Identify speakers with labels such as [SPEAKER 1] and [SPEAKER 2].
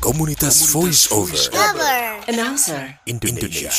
[SPEAKER 1] Komunitas Voice Over
[SPEAKER 2] Cover.
[SPEAKER 3] Announcer.
[SPEAKER 1] Indonesia.